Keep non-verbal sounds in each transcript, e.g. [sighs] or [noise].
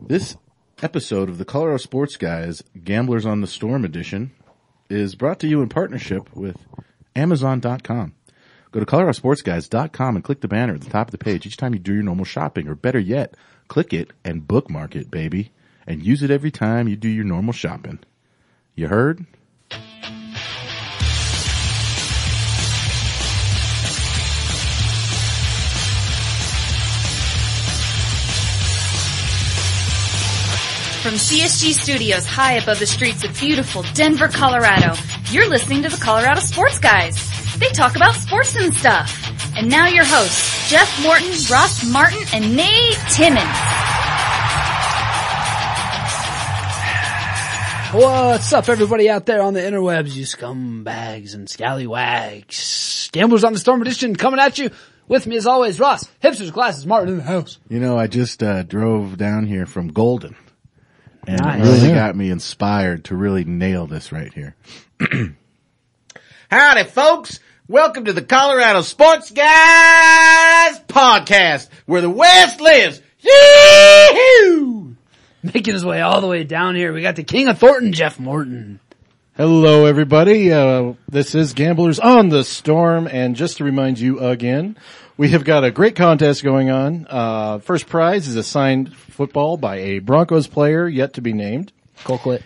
This episode of the Colorado Sports Guys Gamblers on the Storm edition is brought to you in partnership with Amazon.com. Go to ColoradoSportsGuys.com and click the banner at the top of the page each time you do your normal shopping, or better yet, click it and bookmark it, baby, and use it every time you do your normal shopping. You heard? From CSG Studios high above the streets of beautiful Denver, Colorado, you're listening to the Colorado Sports Guys. They talk about sports and stuff. And now your hosts, Jeff Morton, Ross Martin, and Nate Timmons. What's up, everybody out there on the interwebs, you scumbags and scallywags? Gamblers on the Storm Edition coming at you. With me as always, Ross, hipsters, glasses, Martin in the house. You know, I just uh, drove down here from Golden, and Nice. it really got me inspired to really nail this right here. [clears throat] Howdy folks! Welcome to the Colorado Sports Guys podcast where the West lives. Yee-hoo! Making his way all the way down here, we got the King of Thornton, Jeff Morton. Hello, everybody. Uh, this is Gamblers on the Storm, and just to remind you again, we have got a great contest going on. Uh, first prize is a signed football by a Broncos player yet to be named, Colquitt.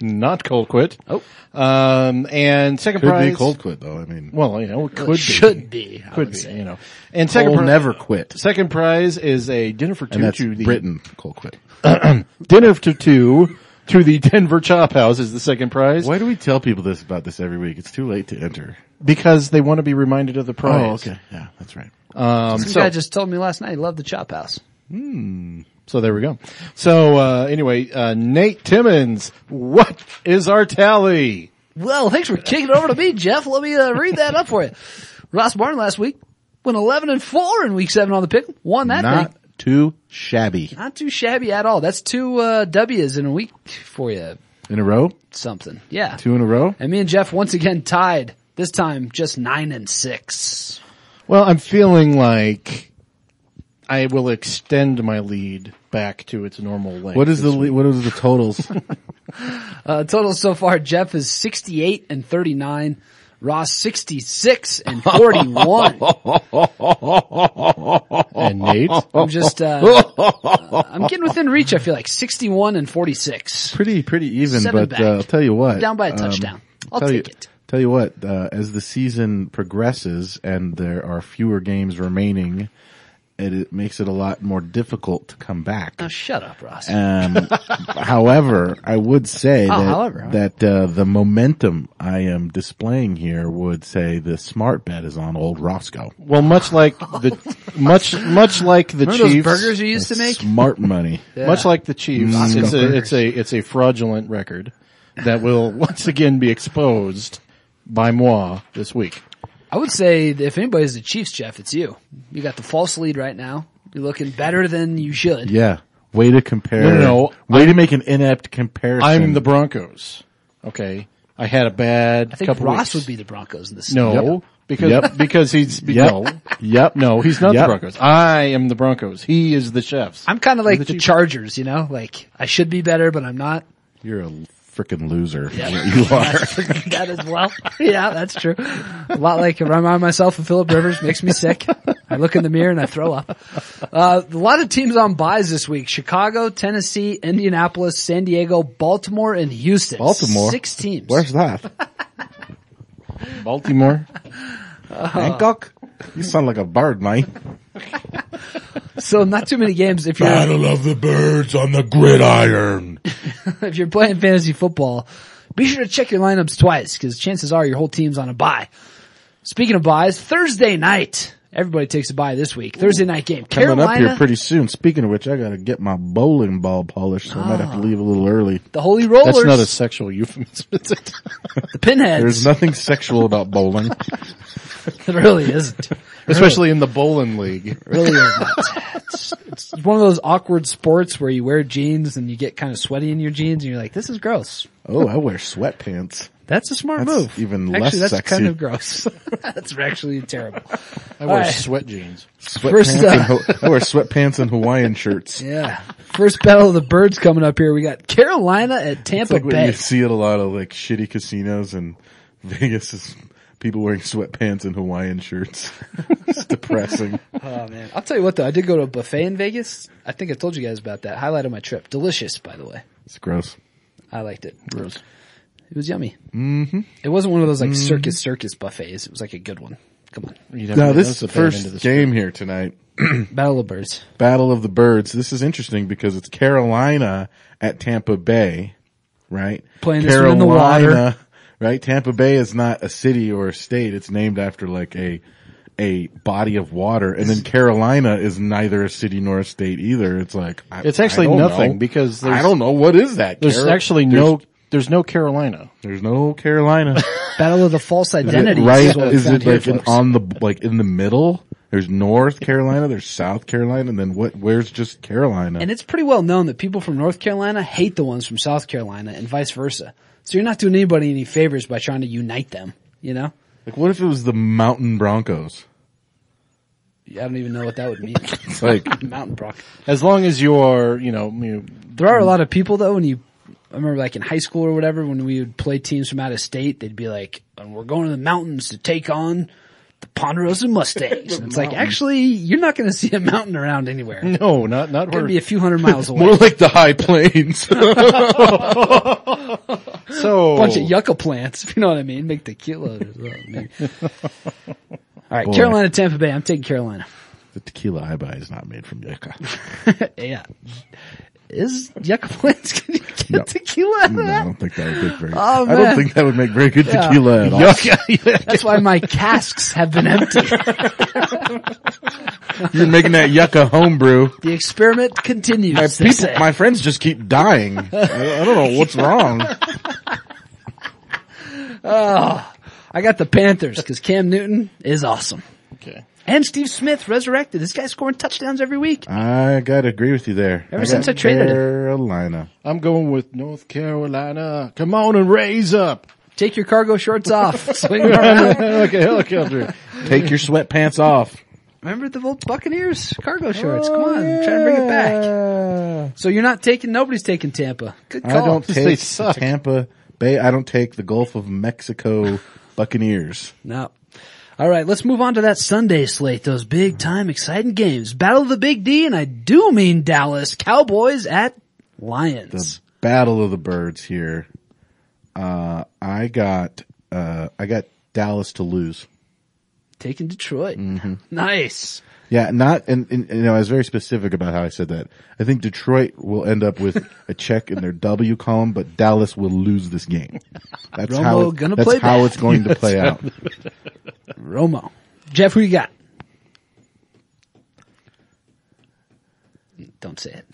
not Colquitt. Oh. Um, and second Could prize, be cold quit though. I mean, Well, you know, it could Well, it be, should be, I could would be, say. you know. And second, cold pri- never quit. second prize is a dinner for two And that's to the Britain cold quit. dinner to two to the Denver Chop House is the second prize Why do we tell people this about this every week? It's too late to enter. because they want to be reminded of the prize. Oh, Yeah, that's right. Um, This so- guy just told me last night he loved the Chop House. So there we go. So uh, anyway, uh, Nate Timmons, what is our tally? Well, thanks for kicking it over to me, Jeff. Let me uh, read that up for you. Ross Martin last week went 11 and 4 in week 7 on the pick. Won that thing. Not too shabby. Not too shabby at all. That's two uh, W's in a week for you. In a row? Something. Yeah. Two in a row? And me and Jeff once again tied. This time, just nine and six. Well, I'm feeling like I will extend my lead back to its normal length. What is the le- what is the [laughs] totals? Uh, total so far, Jeff is sixty-eight and thirty-nine. Ross [laughs] sixty-six and forty-one. and [laughs] Nate? I'm just, uh, uh, I'm getting within reach. I feel like sixty-one and forty-six. pretty pretty even, Seven but back. uh, I'll tell you what. Down by a touchdown. I'll tell take you, it. Tell you what, uh, as the season progresses and there are fewer games remaining, it, it makes it a lot more difficult to come back. Now shut up, Ross. Um, [laughs] however, I would say that, Oh, however, huh? that uh, the momentum I am displaying here would say the smart bet is on old Roscoe. Well, much like the much much like the Remember those Chiefs, burgers you used to make? [laughs] Smart money. much like the Chiefs, Mm. Roscoe it's a, burgers. it's a it's a fraudulent record that will [laughs] once again be exposed by moi this week. I would say that if anybody's the Chiefs, Jeff, it's you. You got the false lead right now. You're looking better than you should. Yeah. Way to compare. No, no, Way to make an inept comparison. I'm the Broncos. Okay, I had a bad I think couple Ross weeks. would be the Broncos in this. No, Yep. because Yep. because he's Yep. no, Yep. no, he's not Yep. the Broncos. I am the Broncos. He is the Chefs. I'm kind of like the the Chiefs. Chargers, you know, like I should be better, but I'm not. You're a freaking loser. is what [laughs] You are. that as well. [laughs] yeah, that's true. A lot like I remind myself of Philip Rivers makes me sick. I look in the mirror and I throw up. Uh, a lot of teams on buys this week: Chicago, Tennessee, Indianapolis, San Diego, Baltimore, and Houston. Baltimore? six teams. Where's [laughs] that? [laughs] Baltimore. Hancock? You sound like a bird, mate. So not too many games if you're of the birds on the gridiron. [laughs] if you're playing fantasy football, be sure to check your lineups twice because chances are your whole team's on a bye. Speaking of buys, Thursday night. Everybody takes a bye this week. Thursday night game. Coming Carolina, up here pretty soon. Speaking of which, I gotta get my bowling ball polished, so I might Ah. have to leave a little early. the Holy Rollers, That's not a sexual [laughs] euphemism. is it? the Pinheads. [laughs] There's nothing sexual about bowling. it really isn't. [laughs] It Especially in the bowling league. really isn't. It's, it's one of those awkward sports where you wear jeans and you get kind of sweaty in your jeans and you're like, this is gross. Oh, I wear sweatpants. That's a smart That's move. even actually, less that's sexy. kind of gross. [laughs] that's actually terrible. I wear All right. sweat jeans. First, Sweatpants uh, and Ho- [laughs] I wear sweatpants and Hawaiian shirts. Yeah. First battle of the birds coming up here. We got Carolina at Tampa Like what Bay. you see at a lot of like shitty casinos in Vegas is people wearing sweatpants and Hawaiian shirts. [laughs] it's depressing. Oh man. I'll tell you what though, I did go to a buffet in Vegas. I think I told you guys about that. Highlight of my trip. Delicious, by the way. It's gross. I liked it. It was yummy. Mm-hmm. It wasn't one of those like Mm-hmm. circus circus buffets. It was like a good one. Come on. You Now definitely this notice the band into first this. game here tonight, Battle of Birds. Battle of the Birds. This is interesting because it's Carolina at Tampa Bay, right? Playing this one in the water. right? Tampa Bay is not a city or a state. It's named after like a a body of water, and then Carolina is neither a city nor a state either. It's like I- It's actually I don't nothing know. because there's, I don't know what is that. there's Carol- actually there's- no there's no Carolina. There's no [laughs] Carolina. Battle of the false Is it identities. right? what we Is found it here, like in, folks. on the like in the middle? There's North Carolina, there's South Carolina, and then what? Where's just Carolina? And it's pretty well known that people from North Carolina hate the ones from South Carolina and vice versa. So you're not doing anybody any favors by trying to unite them, you know? like, what if it was the Mountain Broncos? I don't even know what that would mean. [laughs] It's like Mountain Brock. As long as you are, you know, you, There are a lot of people though when you I remember like in high school or whatever when we would play teams from out of state they'd be like and we're going to the mountains to take on the [laughs] Ponderosa Mustangs. and it's like actually you're not going to [laughs] see a mountain around anywhere. It's no, not not going where- to be a few hundred [laughs] miles away. more like the High [laughs] Plains. so [laughs] bunch of yucca plants, [laughs] if you know what I mean. Make tequila. Or something, [laughs] maybe. All right, Carolina, Tampa Bay. I'm taking Carolina. the tequila I buy is not made from [laughs] yucca. Yeah. Is yucca plants going to [laughs] get No. tequila out of No, I that? don't think that would make very. Oh, I man. don't think that would make very good tequila at all. That's why my casks have been empty. You're making that yucca homebrew. [laughs] The experiment continues. My, they people, say. my friends just keep dying. I, I don't know [laughs] what's wrong. I got the Panthers because Cam Newton is awesome. Okay. And Steve Smith resurrected. This guy's scoring touchdowns every week. I gotta agree with you there. Ever I since got I traded him. Carolina. I'm going with North Carolina. Come on and raise up. [laughs] Take your cargo [laughs] shorts off. Swing around. okay, helicopter. Take your sweatpants off. Remember the old Buccaneers cargo shorts? Come on, I'm trying to bring it Oh, back. Uh, So you're not taking. Nobody's taking Tampa. Good I call. don't They take suck. Tampa Bay. I don't take the Gulf of [laughs] Mexico Buccaneers. No. All right, let's move on to that Sunday slate. Those big time exciting games. Battle of the Big D, and I do mean Dallas Cowboys at Lions. The Battle of the Birds here. Uh, I got uh, I got Dallas to lose. Taking Detroit. Mm-hmm. Nice. Yeah, not and, and you know I was very specific about how I said that. I think Detroit will end up with a check in their W column, but Dallas will lose this game. That's Romo how it- gonna that's play how bad. it's going to play out. Romo. Jeff, who you got? Don't say it.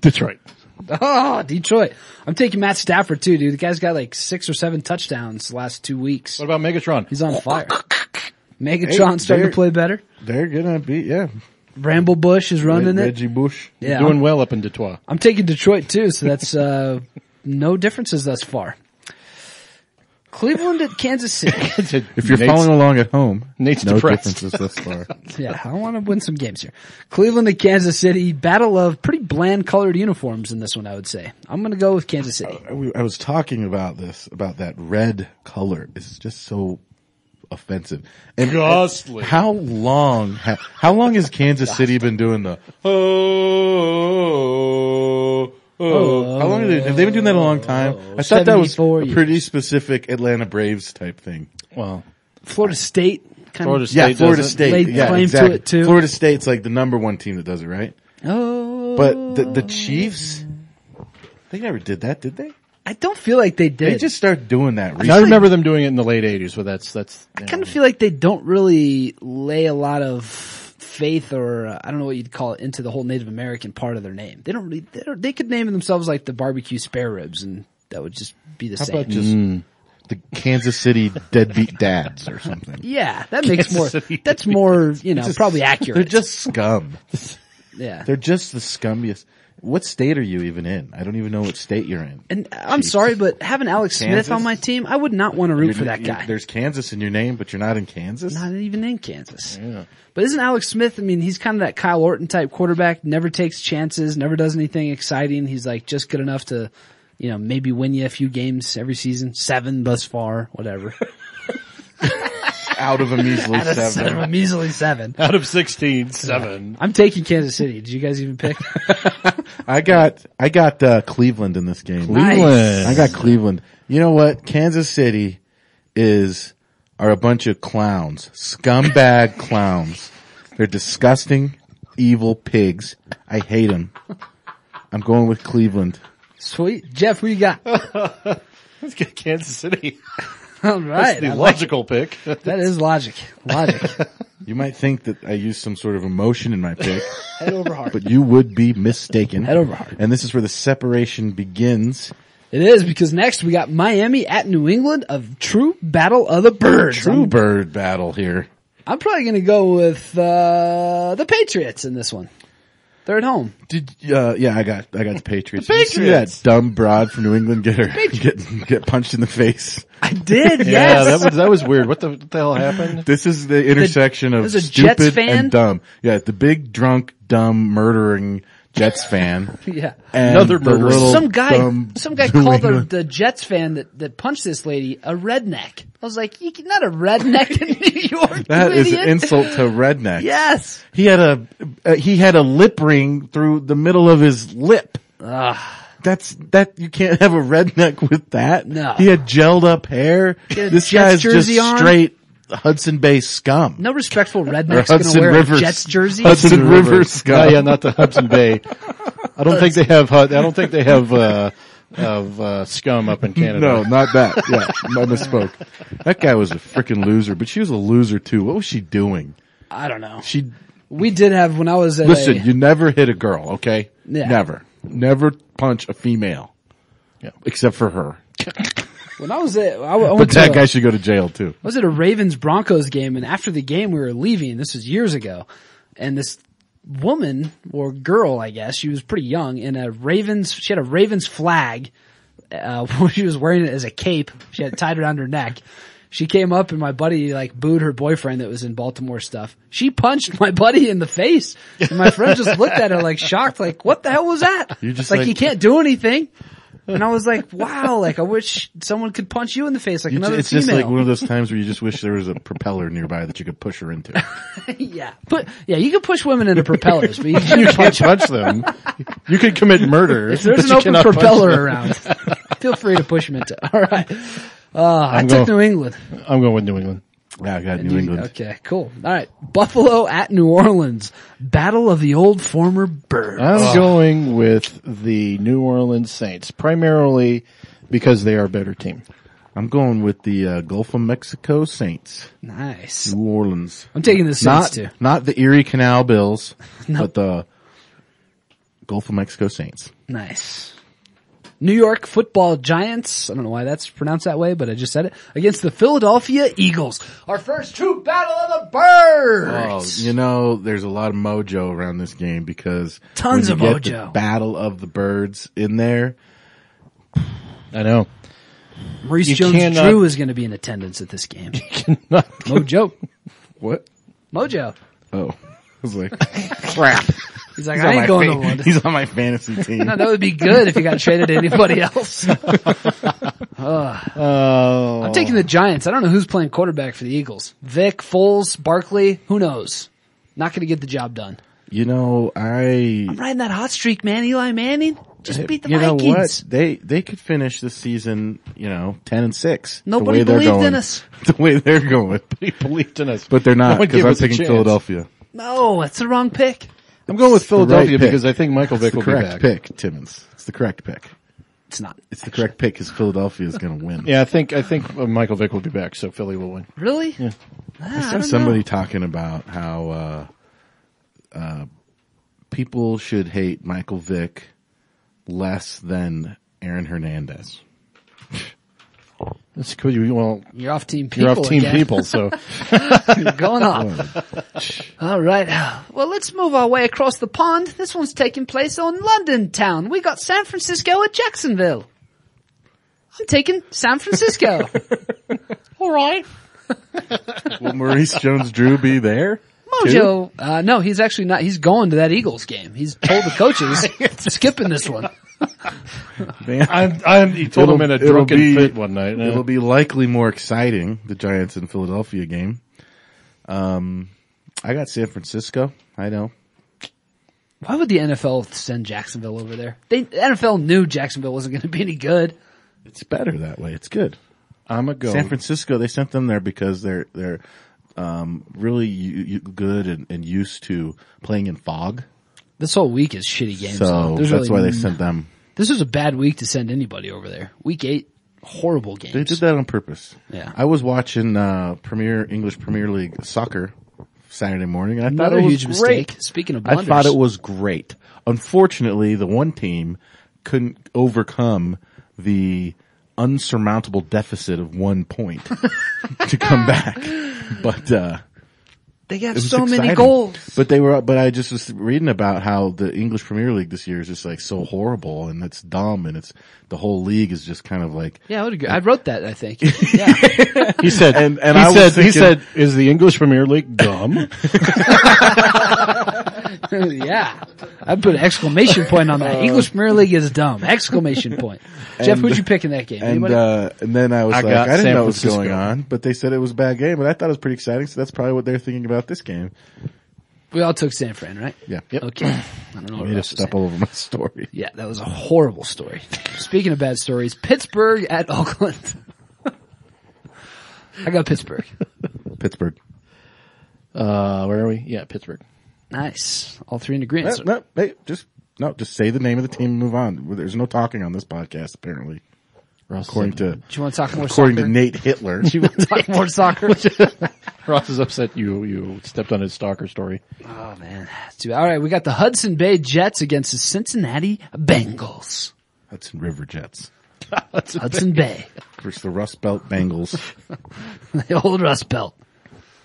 [laughs] [laughs] Detroit. Oh, Detroit. I'm taking Matt Stafford too, dude. The guy's got like six or seven touchdowns the last two weeks. What about Megatron? He's on fire. Megatron starting they're- to play better. They're gonna be yeah. Bramble Bush is running it. Reggie Bush. Yeah, Doing I'm, well up in Detroit. I'm taking Detroit too, so that's uh, [laughs] no differences thus far. Cleveland at Kansas City. If you're following along at home, Nate's no depressed. differences thus far. [laughs] yeah, I want to win some games here. Cleveland at Kansas City. Battle of pretty bland colored uniforms in this one, I would say. I'm going to go with Kansas City. I we- I was talking about this about that red color. It's just so offensive. And Ghastly. How long? ha- How long has Kansas City been doing the? Oh, oh, oh. How long have they, have they been doing that? A long time. I thought that was 74 a pretty specific Atlanta Braves type thing. Well, Florida State. Kind Florida of, State. yeah, Florida does it. State. Laid yeah, claim to exactly. it, too. Florida State's like the number one team that does it, right? oh, But the, the Chiefs, they never did that, did they? I don't feel like they did. They just started doing that recently. I remember them doing it in the late '80s, but that's that's. I [laughs] kind of feel like they don't really lay a lot of faith or uh, I don't know what you'd call it into the whole Native American part of their name. They don't really, they, don't, they could name themselves like the barbecue spare ribs and that would just be the same. about just Mm. the Kansas City deadbeat dads or [laughs] something. yeah, that makes more, City. [laughs] that's more, you know, probably accurate. They're just scum. Yeah. They're just the scummiest. What state are you even in? I don't even know what state you're in. And I'm sorry, but having Alex Kansas? Smith on my team, I would not want to root You're- for that you- guy. There's Kansas in your name, but you're not in Kansas. Not even in Kansas. But isn't Alex Smith, I mean, he's kind of that Kyle Orton type quarterback, never takes chances, never does anything exciting. He's like just good enough to, you know, maybe win you a few games every season, seven thus far, whatever. Out of a measly [laughs] Out of [laughs] seven, seven. a measly seven. Out of 16, 7. I'm taking Kansas City. Did you guys [laughs] even pick? I got I got uh, Cleveland in this game. Nice. I got Cleveland. You know what? Kansas City is are a bunch of clowns, scumbag [laughs] clowns. They're disgusting, evil pigs. I hate them. I'm going with Cleveland. Sweet. Jeff, who you got? Let's get [laughs] Kansas City. All right. the I like- logical pick. that is logic. [laughs] Logic. You might think that I used some sort of emotion in my pick, Head over heart. but you would be mistaken. Head over heart. And this is where the separation begins. It is because next we got Miami at New England, a true battle of the birds. True I'm, bird battle here. I'm probably going to go with uh, the Patriots in this one. They're at home. Did uh, yeah, I got I got the Patriots. Did you see that dumb broad from New England get her get get punched in the face. I [laughs] did, Yeah, that was, that was weird. What the, what the hell happened? This is the intersection of this is a stupid Jets fan? and dumb. Yeah, the big drunk dumb murdering Jets [laughs] fan. [laughs] yeah. And Another the murderer. little Some guy, dumb some guy New called the, England- the Jets fan that, that punched this lady a redneck. I was like, you can- not a redneck in New [laughs] York. That you is an idiot. insult [laughs] to redneck. Yes. He had a uh, he had a lip ring through the middle of his lip. That's that you can't have a redneck with that. No. He had gelled up hair. had a This Jets guy's just jersey on. straight Hudson Bay scum. No respectful Or redneck's going to wear a Jets jersey. Hudson River scum. Oh, [laughs] yeah, not the Hudson Bay. I don't think they have, Hud- I don't think they have, uh, of, uh, scum up in Canada. No, not [laughs] that. Yeah, I misspoke. That guy was a freaking loser, but she was a loser too. What was she doing? I don't know. She We did have when I was at listen. a- You never hit a girl, okay? Yeah. Never, never punch a female. Yeah. Except for her. when I was at I, w- I went But to that a- guy should go to jail too. I was at a Ravens Broncos game and after the game we were leaving, this was years ago, and this woman or girl, I guess, she was pretty young in a Ravens, she had a Ravens flag, uh, [laughs] she was wearing it as a cape. She had it tied around her neck. She came up and my buddy like booed her boyfriend that was in Baltimore stuff. She punched my buddy in the face and my friend just looked at her like shocked, like, what the hell was that? You're just like, like- you can't do anything. And I was like, wow, like I wish someone could punch you in the face like You ju- another it's female. just like one of those times where you just wish there was a propeller nearby that you could push her into. Yeah, but yeah, you can push women into propellers, [laughs] but you can't You can't punch. punch them. You could commit murder. If there's but an you open cannot punch propeller them. around, [laughs] feel free to push them into. All right, uh, I I'm took going- New England. I'm going with New England. [laughs] Yeah, I got New England. Okay, cool. All right, Buffalo at New Orleans, battle of the old former bird. Oh. I'm going with the New Orleans Saints, primarily because they are a better team. I'm going with the uh, Gulf of Mexico Saints, nice. New Orleans. I'm taking the not Saints too. not the Erie Canal [laughs] Bills, but the Gulf of Mexico Saints. Nice. New York Football Giants. I don't know why that's pronounced that way, but I just said it against the Philadelphia Eagles. Our first true battle of the birds. you know, there's a lot of mojo around this game because Tons when you of get the mojo. battle of the birds in there. I know. Maurice You Jones cannot- Drew is going to be in attendance at this [laughs] game. [laughs] Mojo. What? Mojo. Oh, [laughs] I was like, crap. [laughs] He's like, He's I on ain't my going fa- to one. [laughs] He's on my fantasy team. [laughs] No, that would be good if you got traded to [laughs] anybody else. Oh, I'm taking the Giants. I don't know who's playing quarterback for the Eagles. Vic, Foles, Barkley, who knows? Not going to get the job done. you know, I I'm riding that hot streak, man. Eli Manning. Just beat the you Vikings. know what? They they could finish this season, you know, ten and six. the Nobody way they're believed in going. us. [laughs] The way they're going, He believed in us, but they're No not one because gave I'm us a taking chance. Philadelphia. No, that's the wrong pick. I'm going with Philadelphia right pick. because I think Michael Vick It's the will correct be back. pick, Timmons. It's the correct pick. It's not. It's the correct pick because Philadelphia is going to win. Yeah, I think I think uh, Michael Vick will be back, so Philly will win. Really? Ah, I I don't saw somebody talking about how uh, uh, people should hate Michael Vick less than Aaron Hernandez. That's cool. You, well, You're off team people. you're off team again. [laughs] people, so going off. Hmm. All right. Well, let's move our way across the pond. This one's taking place on London town. We got San Francisco at Jacksonville. I'm taking San [laughs] Francisco. All right. Will [laughs] Maurice Jones-Drew be there? Mojo, uh, no, he's actually not. He's going to that Eagles game. He's told the [laughs] coaches skipping this one. Man. I'm, I'm, he told him in a It'll- it'll drunken be- fit one night. It'll be likely more exciting, the Giants and Philadelphia game. Um, I got San Francisco. I know. Why would the NFL send Jacksonville over there? They, the NFL knew Jacksonville wasn't going to be any good. It's better that way. It's good. I'm a go. San Francisco, they sent them there because they're, they're, um, really u- u- good and, and used to playing in fog. This whole week is shitty games. So though. There's that's really why they n- sent them. This was a bad week to send anybody over there. Week eight, horrible games. They did that on purpose. Yeah. I was watching, uh, Premier, English Premier League soccer Saturday morning and I Another thought it was huge great. mistake. Speaking of I blunders, thought it was great. Unfortunately, the one team couldn't overcome the unsurmountable deficit of one point [laughs] to come back. But, uh, they got it was so many exciting. goals. But they were, but I just was reading about how the English Premier League this year is just like so horrible and it's dumb and it's, the whole league is just kind of like, Yeah, I would agree. I wrote that. I think. [laughs] Yeah, he said, And- and he I was said, he thinking- said, is the English Premier League dumb? yeah. I put an exclamation point on that. English Premier League is dumb. Exclamation [laughs] point. Jeff, who'd you pick in that game? Uh, and, Anybody? uh, and then I was I like, got I didn't San know what was Francisco. going on, but they said it was a bad game, but I thought it was pretty exciting. So that's probably what they're thinking about this game. we all took San Fran, right? Yeah. Yep. [clears throat] Okay. I don't know what Made a else to say. step all over my [laughs] story. Yeah, that was a horrible story. Speaking of bad stories, Pittsburgh at [laughs] Oakland. I [laughs] got Pittsburgh. Pittsburgh. [laughs] Uh, where are we? Yeah, Pittsburgh. Nice. All three in agreement. No, no, hey, just no, just say the name of the team and move on. There's no talking on this podcast, apparently. Ross According is, to Do you want to talk more according soccer? to Nate Hitler. [laughs] [laughs] talk more soccer. Ross is upset you, you stepped on his stalker story. oh man. Dude, all right, we got the Hudson Bay Jets against the Cincinnati Bengals. Hudson River Jets Hudson Bay, [laughs] versus the Rust Belt Bengals, the old Rust Belt.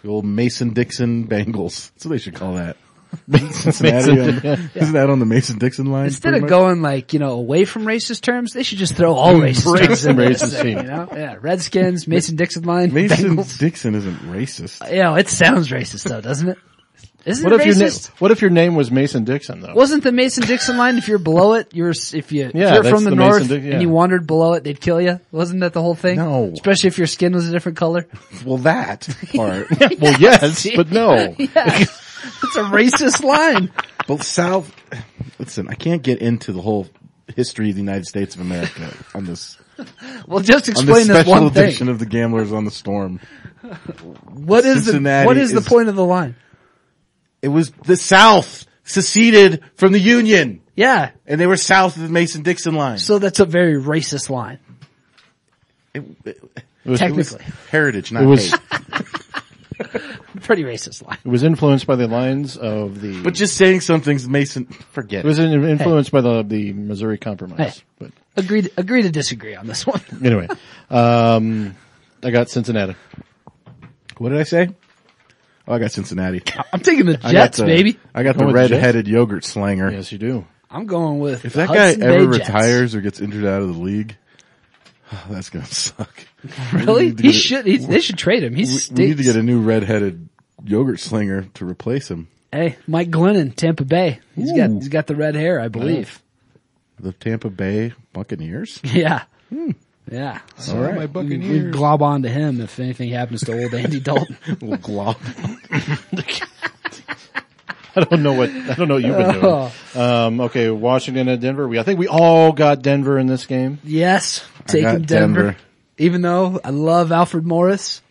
the old Mason Dixon Bengals. That's what they should call that. [laughs] Cincinnati on- [laughs] Isn't that on the Mason Dixon line? Instead pretty of much? going like you know away from racist terms, they should just throw all racist terms in there. racist [laughs] team. You know, yeah, Redskins, [laughs] Mason Dixon line, Mason Bengals. Dixon isn't racist. You know, it sounds racist though, doesn't it? Isn't What it if your name, racist? what if your name was Mason Dixon though? Wasn't the Mason Dixon line if you're below it, you're s- if you Yeah, if you're that's from the, the Mason north Dix- yeah. and you wandered below it, they'd kill you? Wasn't that the whole thing? No. especially if your skin was a different color. [laughs] Well, that [laughs] part, [laughs] Well, yes, but no. [laughs] Yeah. It's a racist line. but South. Listen, I can't get into the whole history of the United States of America on this Well, just on this explain this, special one edition thing. of the Gamblers on the Storm. What is the Cincinnati what is, the is- point of the line? It was the South seceded from the Union, Yeah. and they were south of the Mason Dixon line. So that's a very racist line, It- it- It was, technically. [laughs] heritage, not It was, hate. it Pretty racist line. was influenced by the lines of the, But just saying something's Mason. Forget it was in- influenced by the, the Missouri Compromise. Hey. But Agree to, agree to disagree on this one. [laughs] anyway, um, I got Cincinnati. it. What did I say? Oh, I got Cincinnati. I'm taking the I got Jets, the- baby. I got Going the with the Jets? red-headed yogurt slanger. Yes, you do. I'm going with If that Hudson guy Bay ever Jets. retires or gets injured out of the league, [sighs] that's gonna [laughs] suck. really? need to He get a- should. He's, they should trade him. He's We need to get a new red-headed yogurt slinger to replace him. Hey, Mike Glennon, Tampa Bay. He's got he's got the red hair, I believe. The Tampa Bay Buccaneers. [laughs] Yeah. Hmm. Yeah. So All right. My we glob on to him if anything happens to old Andy Dalton. [laughs] [laughs] Little glob. I don't know what I don't know what you've been doing. [laughs] Oh. Um, okay, Washington and Denver. We I think we all got Denver in this game. yes. got Taking Denver. Denver. Even though I love Alfred Morris.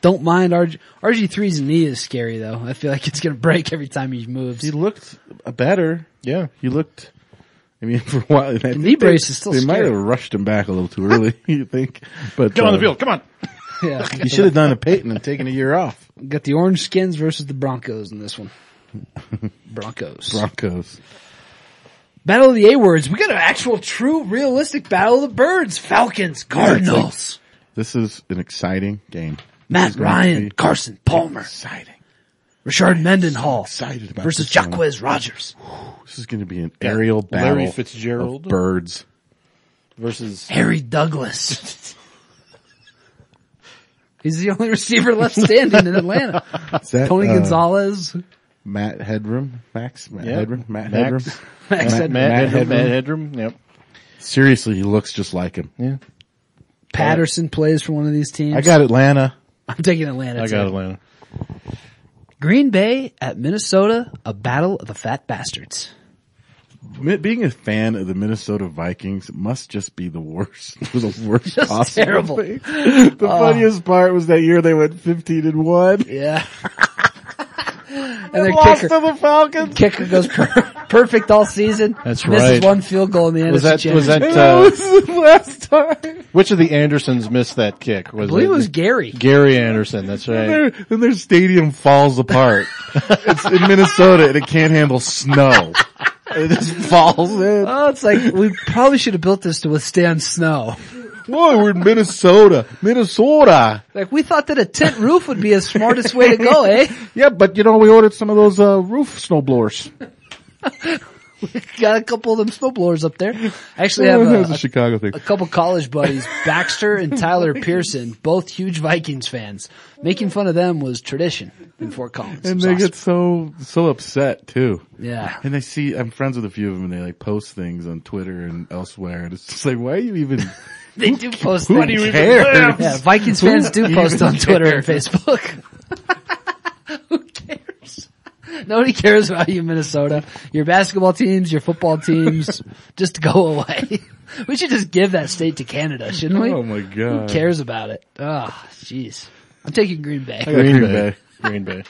Don't mind RG, RG3's knee is scary though. I feel like it's going to break every time he moves. he looked uh, better. Yeah, He looked. I mean, [laughs] for a while, I think knee brace is still They might scary. have rushed him back a little too early. [laughs] you think? But get on the uh, field. Come on. [laughs] yeah. You should have done a Peyton and taken a year off. Got the orange skins versus the Broncos [laughs] in this one. Broncos. Broncos. Battle of the A words. We got an actual, true, realistic battle of the birds. Falcons, Cardinals. This is an exciting game. This is Matt going to Ryan, be Carson Palmer, Exciting. Richard Mendenhall excited about versus this one. Jaquez Rogers. This is going to be an aerial battle. Larry Fitzgerald. of birds. versus Harry Douglas. [laughs] He's the only receiver left standing in [laughs] Atlanta. Is that, Tony uh, Gonzalez. Matt Headroom, Max, Matt Yeah. Headroom, Matt Max. Headroom. Max Matt- Ed- Matt, Matt Hedrum. Hedrum. Matt Hedrum. Yep. Seriously, he looks just like him. Yeah. Patterson plays for one of these teams. I got Atlanta. I'm taking Atlanta. I too. got Atlanta. Green Bay at Minnesota, a battle of the fat bastards. Mi- Being a fan of the Minnesota Vikings must just be the worst. [laughs] It was the worst possible terrible. Uh. thing. [laughs] The funniest part was that year they went 15 and 1. Yeah. [laughs] and their Lost kicker, to the Falcons. kicker goes per- [laughs] perfect all season. That's Misses right. one field goal in the end. Was that, was that, That [laughs] uh, was the last [laughs] time. which of the Andersons missed that kick? Was I believe it was Gary. Gary Anderson. That's right. Their, and their stadium falls [laughs] apart. it's in Minnesota and it can't handle snow. It just falls in. Oh, it's like we probably should have built this to withstand snow. Whoa, we're in Minnesota. Minnesota. Like we thought that a tent roof would be the smartest way to go, eh? [laughs] Yeah, but you know, we ordered some of those, uh, roof snow blowers. Got a couple of them snowblowers up there. I [laughs] actually have a, a Chicago thing. a couple college buddies, Baxter and Tyler Pearson, both huge Vikings fans. Making fun of them was tradition in Fort Collins. It And was they awesome. get so, so upset too. yeah. And I see, I'm friends with a few of them and they like post things on Twitter and elsewhere and it's just like, why are you [laughs] even, They do post who things. cares? Yeah, Vikings fans do Who post even on Twitter and Facebook. [laughs] Who cares? Nobody cares about you, Minnesota. Your basketball teams, your football teams, just go away. [laughs] We should just give that state to Canada, shouldn't we? [laughs] Oh my Who God. cares about it? Ah, jeez. I'm taking Green Bay. Green Bay. Green Bay.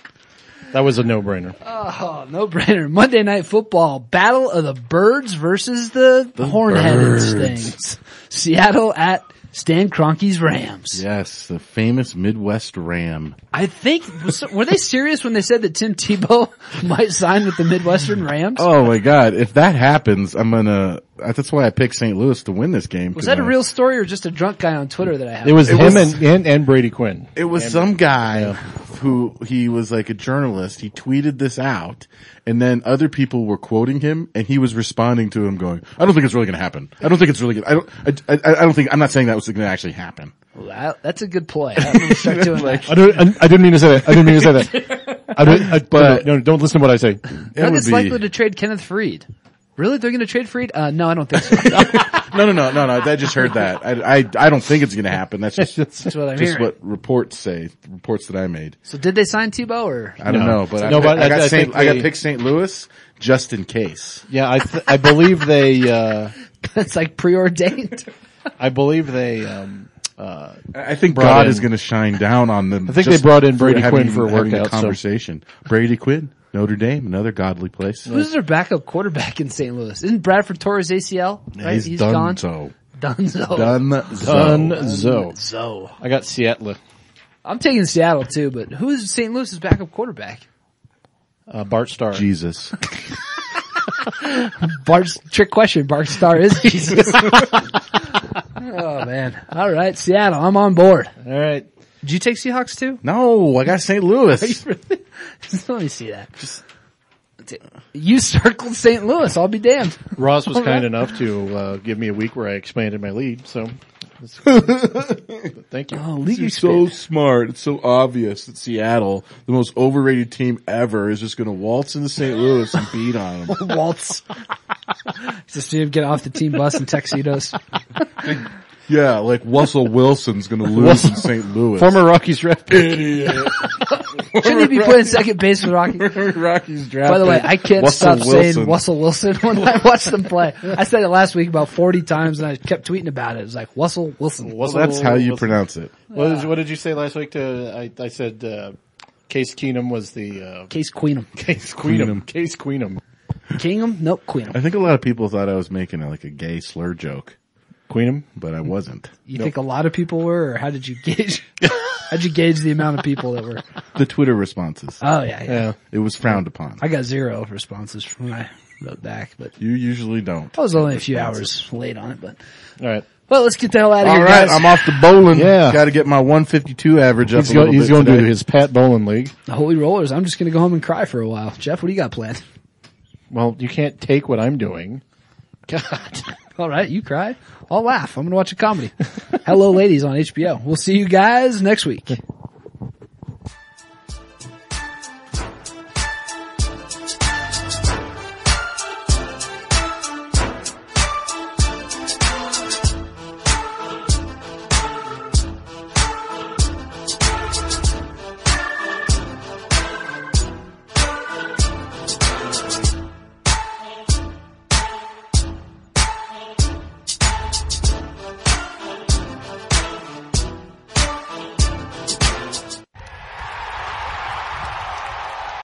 That was a no-brainer. Oh, no brainer. Monday night football. Battle of the birds versus the, horn-headed birds. things. Seattle at Stan Kroenke's Rams. Yes, the famous Midwest Ram. I think, was- were they serious when they said that Tim Tebow [laughs] might sign with the Midwestern Rams? Oh my God. If that happens, I'm gonna, that's why I picked St. Louis to win this game. was that a tonight. real story or just a drunk guy on Twitter that I have? It was It him was- and, and, and Brady Quinn. It was some guy who he was like a journalist. He tweeted this out and then other people were quoting him and he was responding to him going, I don't think it's really going to happen. I don't think it's really going to, I don't, I, I, I don't think, I'm not saying that was going to actually happen. Wow, that's a good play. I'm gonna start doing that. I don't, I, I didn't mean to say that. I didn't mean to say [laughs] that. I don't, I, But- but no, no, don't listen to what I say. That would Nuggets be- likely to trade Kenneth Freed. Really? They're going to trade Freed? Uh, no, I don't think so. no, no, no, no, no. I just heard that. I, I, I don't think it's going to happen. That's just, [laughs] That's what I'm just hearing. what reports say, reports that I made. So did they sign Tebow or? I don't No. know, but, I, No, but I, I- got I St. think I got they- picked St. Louis just in case. Yeah, I, th- I believe they, uh, [laughs] That's like [laughs] preordained. I believe they, um, I think Brought God in- is going to shine down on them. I think they brought in Brady having, Quinn for a having workout, so- conversation. Brady Quinn, Notre Dame, another godly place. Who's their backup quarterback in St. Louis? Isn't Bradford Torres ACL? Right? He's, done so. Dunzo. Done, so. Dunzo. So I got Seattle, I'm taking Seattle too, but who's St. Louis's backup quarterback? uh, Bart Starr. Jesus. Bart's trick question. Bart Star is Jesus. [laughs] oh man. All right, Seattle. I'm on board. All right. Did you take Seahawks too? No, I got St. Louis. [laughs] Let me see that. You circled St. Louis. I'll be damned. Ross was kind enough to, uh, give me a week where I expanded my lead, so. [laughs] Thank you. Oh, league You're so expand- smart. It's so obvious that Seattle, the most overrated team ever, is just going to waltz into St. Louis and beat on [laughs] them. Waltz. Just see him get off the team bus in tuxedos. Yeah, like Russell Wilson's going to lose in St. Louis. Former Rockies rep. idiot. [laughs] Shouldn't he be playing second base with Rocky? Rockies draft. By the way, I can't stop saying Russell Wilson [laughs] when I watch them play. I said it last week about 40 times and I kept tweeting about it. It was like, Russell Wilson. Well, that's how you pronounce it. What did, what did you say last week? To I, I said uh, Case Keenum was the uh, Case Queenum. Case Queenum. Keenum. Case Queenum. Kingham? Nope, Queenum. I think a lot of people thought I was making a, like a gay slur joke, Queenum. but I wasn't. You think a lot of people were or how did you gauge? [laughs] How'd you gauge the amount of people that were? The Twitter responses. Oh yeah, yeah. Uh, Yeah. It was frowned upon. I got zero responses from my wrote back, but You usually don't. I was only a few hours late on it. But All right. well, let's get the hell out of All here, right, guys. I'm off to bowling. Yeah. Got to get my 152 average up He's, a go, little he's bit going to today. his Pat Bowling League. The holy rollers. I'm just gonna go home and cry for a while. Jeff, what do you got planned? Well, you can't take what I'm doing. God. [laughs] All right, you cry. I'll laugh. I'm gonna watch a comedy. Hello, ladies on HBO. We'll see you guys next week.